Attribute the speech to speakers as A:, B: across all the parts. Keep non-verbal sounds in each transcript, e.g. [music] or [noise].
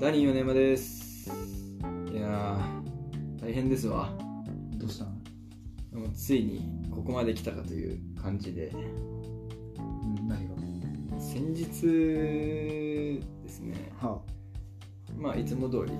A: ダニー米山ですいやー大変ですわ
B: どうした
A: もうついにここまで来たかという感じで
B: ん何が
A: 先日ですね
B: は
A: まあいつも通り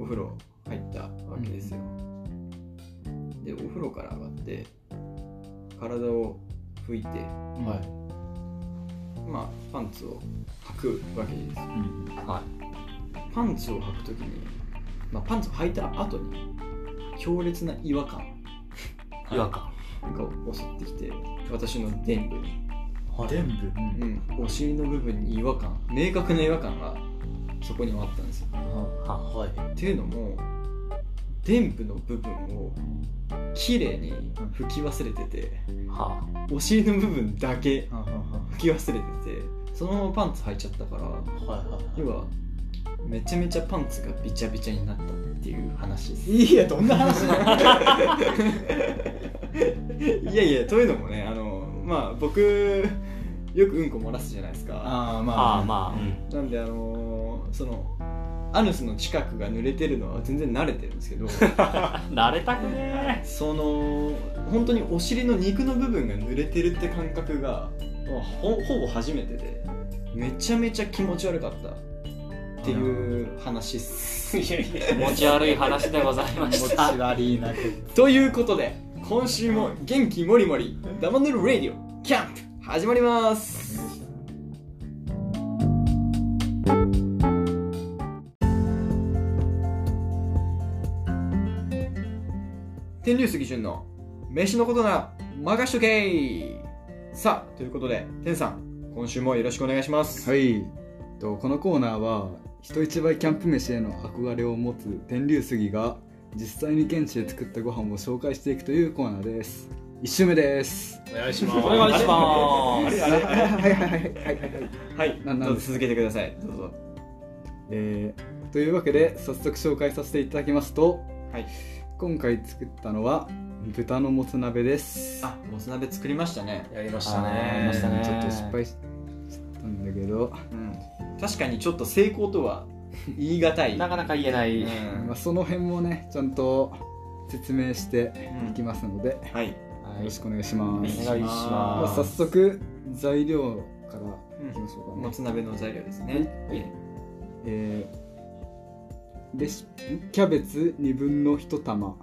A: お風呂入ったわけですよ、でお風呂から上がって体を拭いて
B: あ、
A: はまあパンツを履くわけです
B: い、うん、は
A: パンツを履くときに、まあ、パンツを履いた後に強烈な違和感
C: 違和感
A: が襲ってきて私の臀部に、
C: はい
B: 全部、
A: う
B: うん
A: ん、お尻の部分に違和感明確な違和感がそこにはあったんですよ
B: は
C: あはい
A: っていうのも臀部の部分を綺麗に拭き忘れてて
C: は
A: お尻の部分だけ
B: あはあは
A: 拭き忘れててそのままパンツ履いちゃったから
C: あはいはい
A: 要はめちゃめちゃパンツがびちゃびちゃになったっていう話です
B: あいいやどんな話だ
A: [laughs] いやいやというのもねあのまあ僕よくうんこ漏らすじゃないですか
B: [laughs] ああま
C: ああまあうん
A: なんであのそのアヌスの近くが濡れてるのは全然慣れてるんです [laughs] けど
C: [laughs] 慣れたくね
A: その本当にお尻の肉の部分が濡れてるって感覚がまあほほぼ初めてでめちゃめちゃ気持ち悪かったっていう話っす
C: 気持ち悪い話でございま
B: 気持
C: し
B: ち
C: た
B: 悪いな
A: [laughs] ということで今週も元気もりもりダマヌルレディオキャンプ始まります天竜杉潤の飯のことなら任しとけさあということで天さん今週もよろしくお願いします、
B: はいとこのコーナーは人一倍キャンプ飯への憧れを持つ天竜杉が実際に現地で作ったご飯を紹介していくというコーナーです一周目です
D: お願いします。
C: お願いし
A: あ
C: ま
A: れ
C: す
A: あ
B: は
A: れ
B: いはいはいはいはいはいはい
A: はい
B: ななん
A: どうぞ
B: です
A: 続けてくださいどうぞ
B: えーというわけで早速紹介させていただきますと、
A: はい
B: 今回作ったのは豚のもつ鍋です
A: あもつ鍋作りましたね、
D: やりました
C: あーやりまし
D: ね。
C: たね
B: ちょっと失敗しちゃったんだけど、
A: うん、確かにちょっと成功とは言い難い
C: なかなか言えない
A: うん
B: まあ、その辺もねちゃんと説明して
A: うん
B: いきますので、
A: はい
B: よろしくお願いします、
C: お願いし
B: まあ、
C: ま
B: 早
C: す
B: 速材料から
A: うん
B: いきましょうかね、
A: もつ鍋の材料ですね。
B: えーレシピキャベツ2分の1玉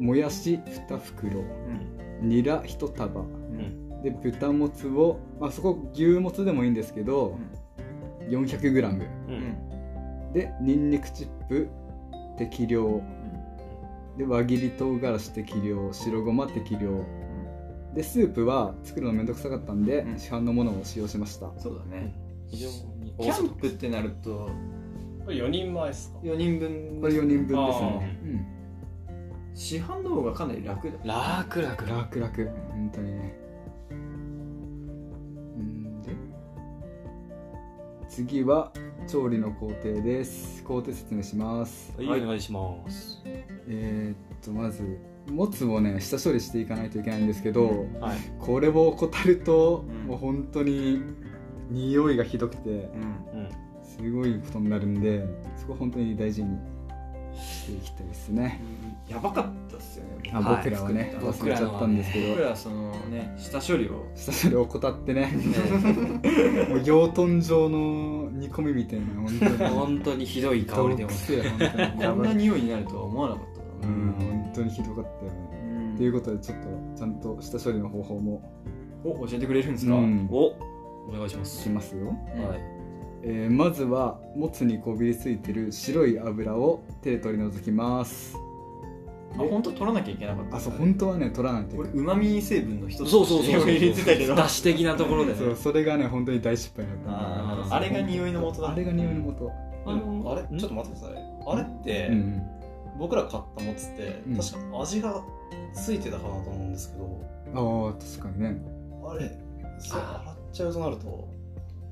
A: うん。
B: もやし2袋
A: うん。
B: ニラ1束
A: うん。
B: で豚もつを、まあ、そこ牛もつでもいいんですけど、400g
C: う
A: うんん。
B: でニンニクチップ適量で輪切り唐辛子適量白ごま適量でスープは作るのめんどくさかったんで、
A: うん
B: 市販のものを使用しました
A: そうだね。
C: 非常に
A: キャンプってなると、
D: これ4人前ですか
A: 4人分。
B: これ4人分です
C: あ
B: ね
C: ー
B: うん
A: 市販の方がかなり楽だ。
C: 楽楽楽
B: 楽々本当にねうんで次は調理の工程です工程説明します
C: はいお願いします
B: えーっとまずもつをね下処理していかないといけないんですけど、
C: はい
B: これを怠ると、
A: うん
B: もう本当に匂いがひどくて
A: うん。
B: すごいことになるんでそこ本当に大事にしていきたいですね、
A: やばかったっすよね。
B: あ
C: はい
B: 僕らはね
A: 作
B: 忘
C: った
B: れちゃったんですけど、
A: 僕らはそのね、下処理を。
B: 下処理を怠ってね [laughs]
A: ね
B: もう養豚場の煮込みみたいな本当に
C: 本当にひどい [laughs] 香りでございます
B: どくせえ本当に
A: こんな [laughs] 匂いになるとは思わなかったな。
B: うん本当にひどかったよね
A: うん
B: ということでちょっとちゃんと下処理の方法も、
A: お、教えてくれるんです
B: う
A: か
B: ん、
C: おお願いしま
B: い
C: す
B: きますよ
C: はい
B: えーまずはもつにこびりついてる白い油を手で取り除きます
A: あ、本当取らなきゃいけなかった。
B: あそう本当はね取らないといけ
A: 俺、
B: ないう
A: まみ成分の一つとして
C: そうそうそうそう
A: 入れてたけど。
C: 出汁的なところで
B: そうそれがね本当に大失敗だった
A: あーあれが匂いの元だ。
B: あれが匂いの元
D: あ
C: の
D: れちょっと待ってください。あれって、
B: うん
D: 僕ら買ったもつって、
B: うん
D: 確か味がついてたかなと思うんですけど、
B: ああ確かにね
D: あれ、そう洗っちゃうとなると、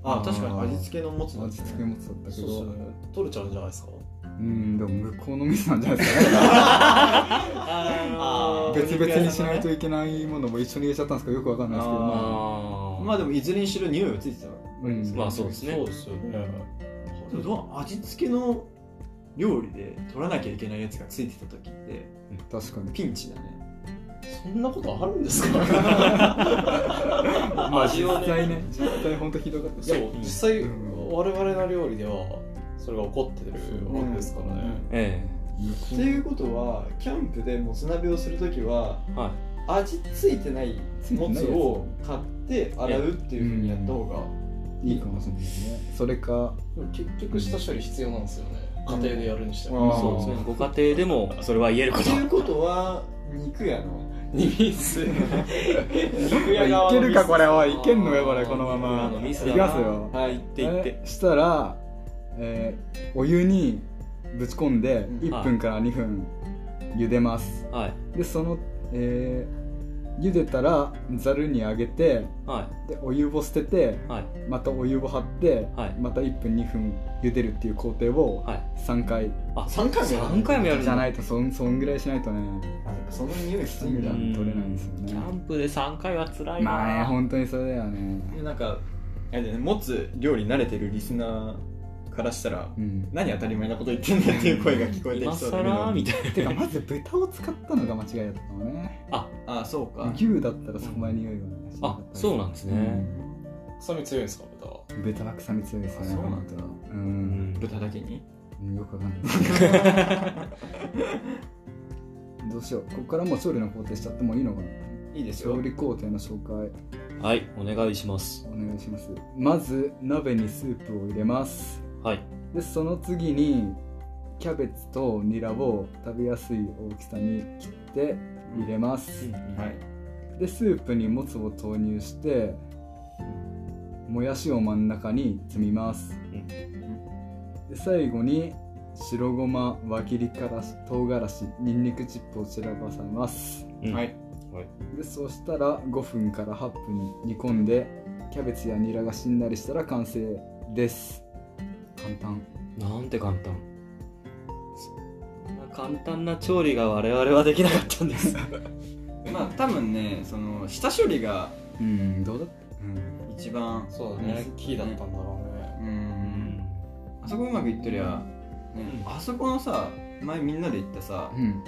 A: あ確かに味付けのもつなんで
B: 味
A: す
B: 付け
A: ね
B: もつだったけど
D: そうそう、取れちゃうんじゃないですか
B: うんでも向こうのミスなんじゃないですかね
A: あー
B: 別々にしないと
A: お肉屋さんのね
B: いけないものも一緒に入れちゃったんですかよくわかんないですけどまあ
C: あ
A: まあで
C: も
A: もいずれにしろ匂いはついてたわけですよ
B: うん
C: まあそうですね
D: そうですよね。
A: でもどう味付けの料理で取らなきゃいけないやつがついてた時って
B: 確かに
A: ピンチだね
D: そんなことあるんですか
B: まあ
C: 味
B: 実
C: をね
B: 際ね実際本当ひどかった
D: いや
B: そう
D: 実際
B: うん
D: 我々の料理ではそれが起こってるわけですからね、
C: え
A: っていうことはキャンプでもつ鍋をする時は
C: えはい
A: 味付いてないもつを買って洗うっていうふうにやった方が
B: いいかもしれないねそれか
D: でも結局下処理必要なんですよね家
A: うん
D: 庭でやるにして
A: あ
D: も
A: ー
C: そうですねご家庭でもそれは言えるこ
A: って
C: と
A: いうことは肉やの
D: ミス肉
B: いやいけるかこれおいいけんのよこれこのま
C: あ
B: ま
C: のミス
B: い
C: だ
B: き
C: な
B: ますよ
A: はい
C: って言って
B: えしたら、えーお湯にぶち込んで
A: うん
B: 1分から2分茹でます
C: はい
B: でその、えー茹でたらざるにあげて
C: は
B: でお湯を捨てて
C: いはい
B: またお湯を張って、
C: はい
B: また1分2分茹でるっていう工程を
C: はい
B: 3回
C: あ
A: 3回もやる
C: 3回もやるん
B: じゃ
C: だ
B: ないとそんそんぐらいしないとね
A: あその匂いきついん
B: じ
A: だ
B: ゃ取れないんですよね
C: キャンプで3回は辛いな
B: まあね本当にそれだよね
A: なんかあれだよね持つ料理慣れてるリスナーからしたら
B: うん
A: 何当たり前なこと言ってんだっていう声が聞こえて
C: 今
A: きそうだ
C: 更
A: けど
C: みたい
B: てかまず豚を使ったのが間違いだったかもね
A: ああそうか
B: 牛だったらそこまで匂いがねし
C: な
B: か
C: あ
B: った
C: そうなんですね
D: 臭み強いんですか豚は
B: うん豚は臭み強いですよね
A: あそうなんだ
B: 本当う
C: うんん
A: 豚だけに
B: よくわかんないどうしようここからもう調理の工程しちゃってもいいのかない
A: いですよ
B: 調理工程の紹介
C: はいお願いします
B: お願いしますまず鍋にスープを入れます
C: はい
B: でその次にキャベツとニラを食べやすい大きさに切って入れます、
A: はい
B: でスープにもつを投入してもやしを真ん中に積みます、
C: うん
B: で最後に白ごま輪切りからし唐辛子にんにくチップを散らばさます
C: うん
A: はい
B: でそしたら5分から8分煮込んでキャベツやニラがしんなりしたら完成です簡単
C: なんて簡単そんな簡単な調理が我々はできなかったんです
A: まあ多分ねその下処理が
B: うんどうだった、うん、
A: 一番
D: そうだねキーだったんだろうね
A: う
C: うん
A: あそこうまくいってりゃ、ねあそこのさ前みんなで行ったさ
B: うん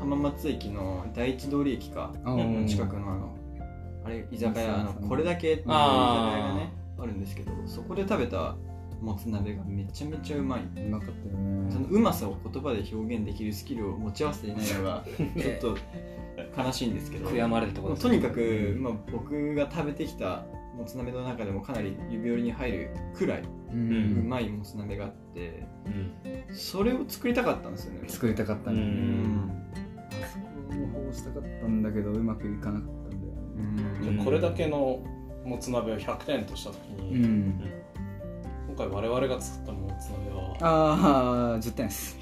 A: 浜松駅の第一通り駅か
B: あー
A: 近くのあのあれ居酒屋あの
B: そうそう
A: これだけっていう居酒屋がね
C: あ
A: あるんですけどそこで食べたもつ鍋がめちゃめちゃうまい、
B: うまかったよ
A: その
B: ね
A: うまさを言葉で表現できるスキルを持ち合わせていないの
C: [laughs]
A: がちょっと悲しいんですけ
C: ー
A: ど
C: 悔やまれるところ
A: とにかく、まあ、僕が食べてきたもつ鍋の中でもかなり指折りに入るくらいう
B: う
A: まいもつ鍋があってそれを作りたかったんですよね
B: 作りたかった
C: うん
B: ね、
A: うんん
B: あそこの方したかったんだけどうまくいかなかったんだよね
A: うん
C: う
D: で
C: ん
D: これだけのもつ鍋を100点とした時
B: う
D: に、
B: ん
D: 今回我々が作ったもつ鍋は
B: ああ10点です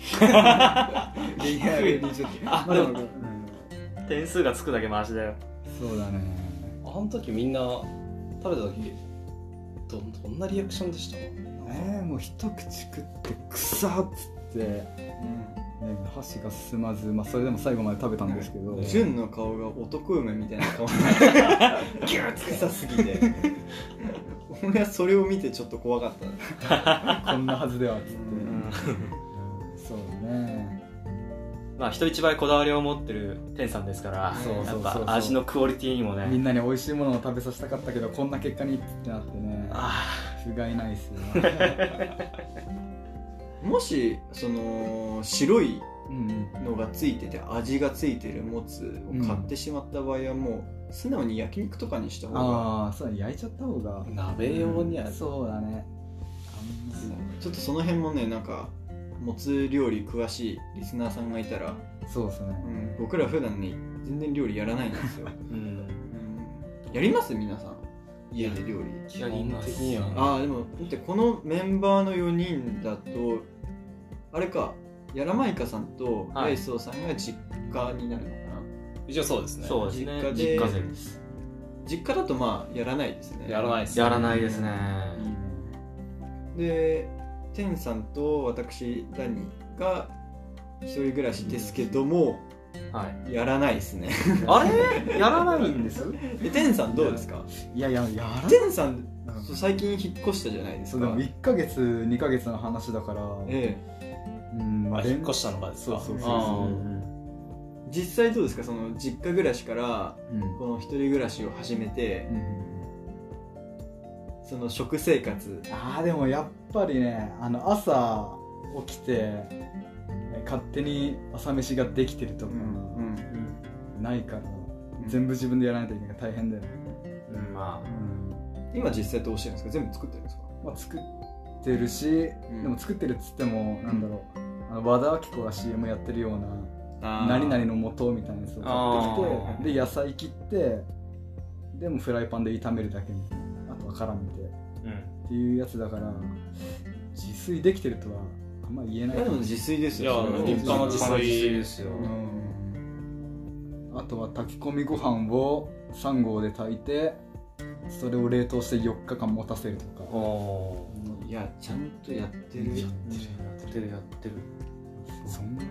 B: リアルに10点
C: あ
B: まあでも、
C: で
B: うん
C: 点数がつくだけマシだよ
B: そうだね
D: あの時みんな食べた時どどんなリアクションでした
B: えー、もう一口食ってくさっつって、ね、箸が進まず、まあ、それでも最後まで食べたんですけど、
A: うん純の顔が男梅みたいな [laughs] 顔になってギューッ臭すぎて俺はそれを見てちょっと怖かった
B: こんなはずではっつって、
A: うん
B: そうだね
C: まあ人一倍こだわりを持ってる天さんですから
B: そうそう
C: や
B: そ
C: っ
B: うそう
C: ぱ味のクオリティにも
B: みん
C: ね
B: なに美味しいものを食べさせたかったけどこんな結果にってなってね
C: あ
B: 不甲斐ないっ [laughs] すよね
A: もしその白い
B: うん
A: のがついてて味がついてるもつを買ってしまった場合はもう素直に焼肉とかにした方が
B: ああそうだね焼いちゃった方が
D: 鍋用には
B: そうだね
A: ちょっとその辺もねなんかもつ料理詳しいリスナーさんがいたら、
B: そうです
A: う
B: ね
A: ん、僕ら普段ね全然料理やらないんですよ、
C: う
A: う
C: ん
A: んやります皆さん家で料理
D: 基本的には
A: ああでもだってこのメンバーの4人だとあれかやらまいかさんと
C: はい
A: レイソーさんが実家になるのかな、
D: 一応そうですね
C: そうですね
A: 実家で
C: 勢です
A: 実家だとまあやらないですね
D: やらないです
C: やらないですね
B: いいね
A: で天さんと私ダニが一人暮らしですけども、
C: はい
A: やらないですね
C: あれやらないんです
A: で天さんどうですか
B: いやいややら
A: 天さん
B: な
A: そう最近引っ越したじゃないです
B: そうで
A: か
B: も1ヶ月2ヶ月の話だから、
A: え
B: うんま
D: あ
B: あ、
D: 引っ越
B: し
D: したのかです
B: そう
D: か
B: そう
A: え
B: そう
A: ああ実際どうですかその実家暮らしから
B: うん
A: この一人暮らしを始めて
B: うん
A: その食生活
B: あーでもやっぱりねあの朝起きてえ勝手に朝飯ができてるとか、ないから全部自分でやらないといけないから大変だよね、
C: うんま
A: 今実際どうしてるんですか全部作ってるんですか
B: まあ、作ってるし、
A: ん
B: でも作ってるっつっても、なんだろうあの和田アキ子が CM やってるような何々の素みたいなやつを買って
A: あ
B: きてで野菜切ってでもフライパンで炒めるだけみたいなあとは絡めてっていうやつだから自炊できてるとはあんま言えない
A: いやでも自炊です
D: いや
A: よそれは
D: 立派な自炊
C: ですよ
B: うんあとは炊き込みご飯を3合で炊いてそれを冷凍して4日間持たせるとか
C: お
A: いやちゃんとやってる
C: やってるやってるやってる
B: そんな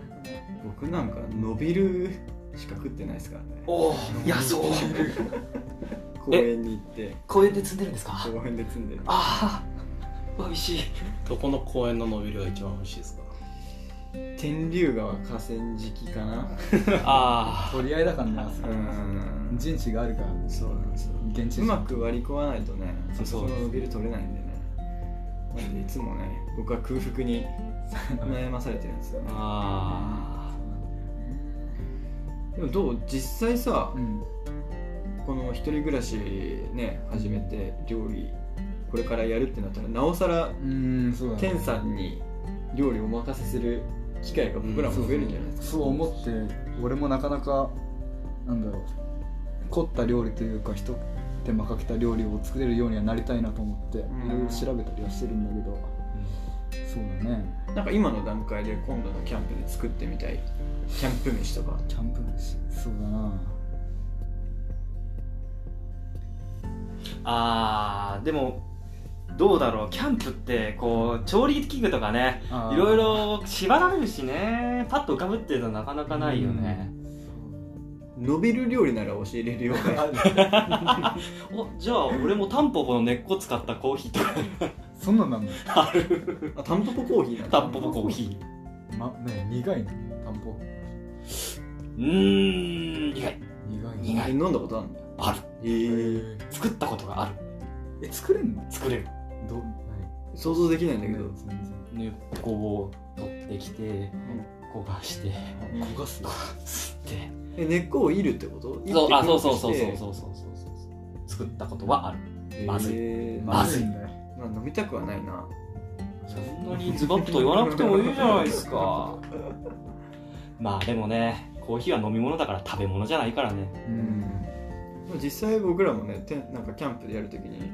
A: 僕なんか伸びるしか食ってないですからね
C: おお野草
A: 公園に行って
C: 公園で積んでるんですか
A: 公園で積んでる
C: ああ美味しい
D: どこの公園の伸びるが一番美味しいですか
A: 天竜川河川敷かな
C: あ
B: 取り合いだからねあそこ
A: ん
B: 陣地があるから
A: そうなんですよ
B: 現地
A: うまく割り込まないとね
C: そう
A: そこのビル取れないんでねなんでいつもね僕は空腹に悩まされてるんですよ、ね、
C: あ
A: でもどう実際さ
B: うん
A: この一人暮らしね始めて料理これからやるってなったらなおさら
B: うんそうだね
A: 天さんに料理お任せする機会が僕らも増えるんじゃないですか、
B: そう思って俺もなかなかなんだろう凝った料理というかひと手間かけた料理を作れるようにはなりたいなと思ってい
A: ん
B: ろいろ調べたりはしてるんだけど、そうだね
A: なんか今の段階で今度のキャンプで作ってみたいキャンプ飯とか
B: キャンプ飯そうだな
C: あーでもどうだろうキャンプってこう調理器具とかね
B: あー
C: いろいろ縛られるしねパッと浮かぶっていうのはなかなかないよね、
A: 伸びる料理なら教えれるよね
C: おじゃあ俺もタンポポの根っこ使ったコーヒーとか
B: [laughs] そんなんなんだ、
C: あ
A: [laughs]
C: る
A: あタンポポコーヒーなんだ
C: タンポポコーヒ
B: ま、ね苦いのタンポ
C: ーうーん苦い
B: 苦いの
C: 苦
A: え
C: い
A: 飲んだことあるんだ
C: ある
A: えー、
C: 作ったことがある
B: え作れんの
C: 作れる
B: どう
A: 想像できないんだ
B: だ
A: けど、
B: 全然
C: ねこを取ってきて焦がして
B: あ焦がす
C: 吸って
A: え根っこをいるってこと
C: そうあそうそうそうそう
A: う
C: そうそうそうそう作ったことはあるまずい
A: えー
C: まずい
B: んだよ
A: まあ、飲みたくはないな
C: そんなにズバッと言わなくてもいいじゃないですか [laughs] まあでもねコーヒーは飲み物だから食べ物じゃないからね
B: うん
A: でも実際僕らもねてなんかキャンプでやるときに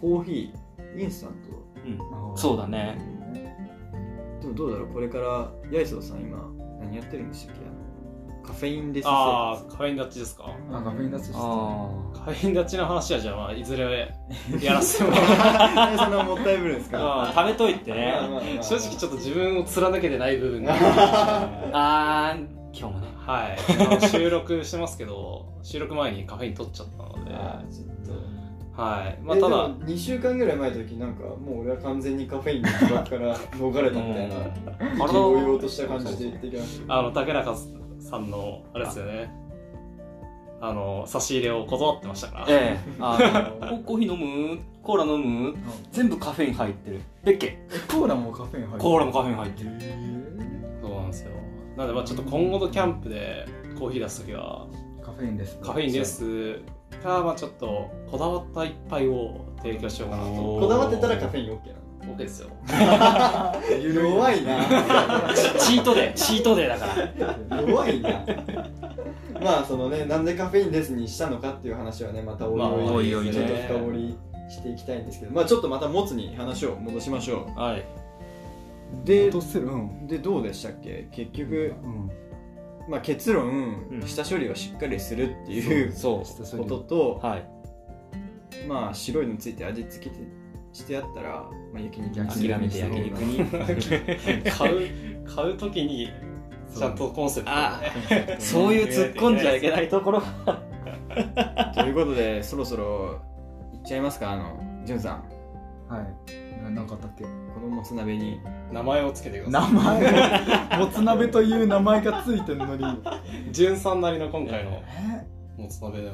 A: コーヒーインスタン
B: あー
C: そうだね
A: トでもどうだろうこれから八重洲さん今何やってるんでしたっけあのカフェインレス
D: ああカフェイン立ちですか
B: なんかフェインダッチして
C: あ
D: カフェイン立ちの話はじゃあ、まあ、いず [laughs] れやらせてもらう
A: あ [laughs] そんなもったいぶるんですか
C: あ食べといてね
A: まあまあまあまあ
D: 正直ちょっと自分を貫けてない部 [laughs] 分が
C: あー今日もね
D: はいあの収録してますけど収録前にカフェイン取っちゃったので
A: あーちょっと
D: はい
A: ま
D: ま
A: あ、
D: あ
A: た
D: た
A: だ
D: だ
A: 2週間ぐらい前の時なんかもう俺は完全にカフェインの呪縛から逃れたみたいな意気揚々とした感じで言ってきましたけど
D: あの竹中さんのあれですよねあの差し入れを断ってましたから、
C: ええあのココーヒー飲むコーラ飲む全部カフェイン入ってるベッケ
B: コーラもカフェイン入る
C: コーラもカフェイン入ってる
B: へ
D: そうなんですよなのでまあちょっと今後のキャンプでコーヒー出す時は
B: ーカフェインです
D: カフェインレスかまあちょっとこだわった一杯を提供しようかなと
A: こだわってたらカフェイン OK なの
D: OK ですよ [laughs]
A: 弱い [laughs] な
C: チートデーチートデーだから
A: 弱いなまあそのねなんでカフェインレスにしたのかっていう話はねまたおい
D: まあ
A: お
D: お
A: い
D: いおいね
A: ちょっと深掘りしていきたいんですけどまあちょっとまたもつに話を戻しましょ
D: はい、
A: で
B: 戻せるうん
A: うでどうでしたっけ結局、
B: うん
A: まあ、結論、
C: うん
A: 下処理はしっかりするっていう
C: そ
A: ことと、
C: はい
A: まあ白いのついて味付けてしてあったら、まあ、焼肉に
B: 焼
C: [laughs] 諦めて焼肉に
D: 買う買う時にちゃんとコンセプト
C: あ
D: ね
C: そういう突っ込んじゃいけないところ
A: ということでそろそろいっちゃいますかあのじゅんさん
B: はいななんかあったっけ
A: このもつ鍋に
D: 名前をつけてくだ
B: 名
D: さ
B: 前 [laughs] もつ鍋という名前がついて
A: [laughs]
B: るのに
D: い潤さんなりの今回の
B: え
D: もつ鍋を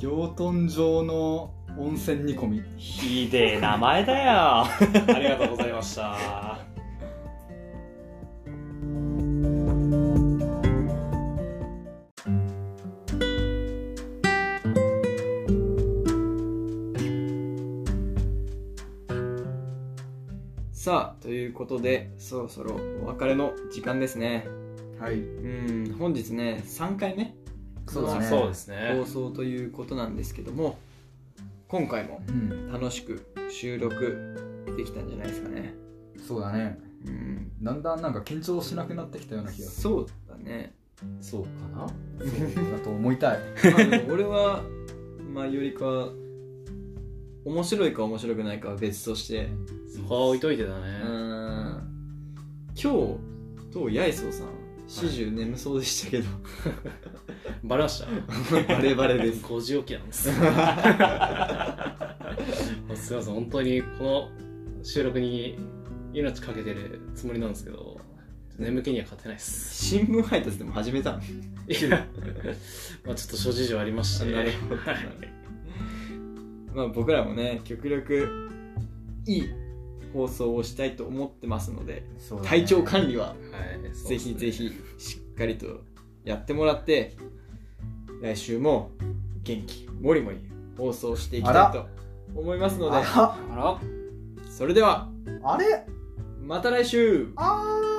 B: 養豚場の温泉煮込み
C: ひでえ名前だよ
D: ありがとうございました
A: さあということでそろそろお別れの時間ですね
B: はい
A: うん本日ね3回目
B: そうだね
D: そうですね
A: 放送ということなんですけども今回も
B: うん
A: 楽しく収録できたんじゃないですかね
B: そうだね
A: うん
B: だんだんなんか緊張しなくなってきたような気がす
A: そうだね
C: そうかな
B: る
A: [laughs]
B: そうだと思いたい
A: まあで
D: [laughs]
A: も俺は前よりかは面白いか面白くないかは別として
D: そこは置いといてだ
A: う
D: ね
A: ーん今日と八重宗さん始終眠そうでしたけ
D: [laughs]
A: ど、
D: バレました
A: バレバレです
D: 5時起きなんで
A: [laughs]
D: すもうすいません本当にこの収録に命かけてるつもりなんですけど眠気には勝てないです
A: 新聞配達でも始めたの
D: いや [laughs] まあちょっと諸事情ありま
A: [laughs]
D: して
A: なるほどまあ僕らもね極力いい放送をしたいと思ってますので
B: そうだね
A: 体調管理は
D: はいそう
A: ぜ
D: です
A: ひ
D: ね
A: ぜひしっかりとやってもらって来週も元気もりもり放送していきたいと思いますので
B: あ
C: あら
A: それでは
B: らあれ
A: また来週
B: あー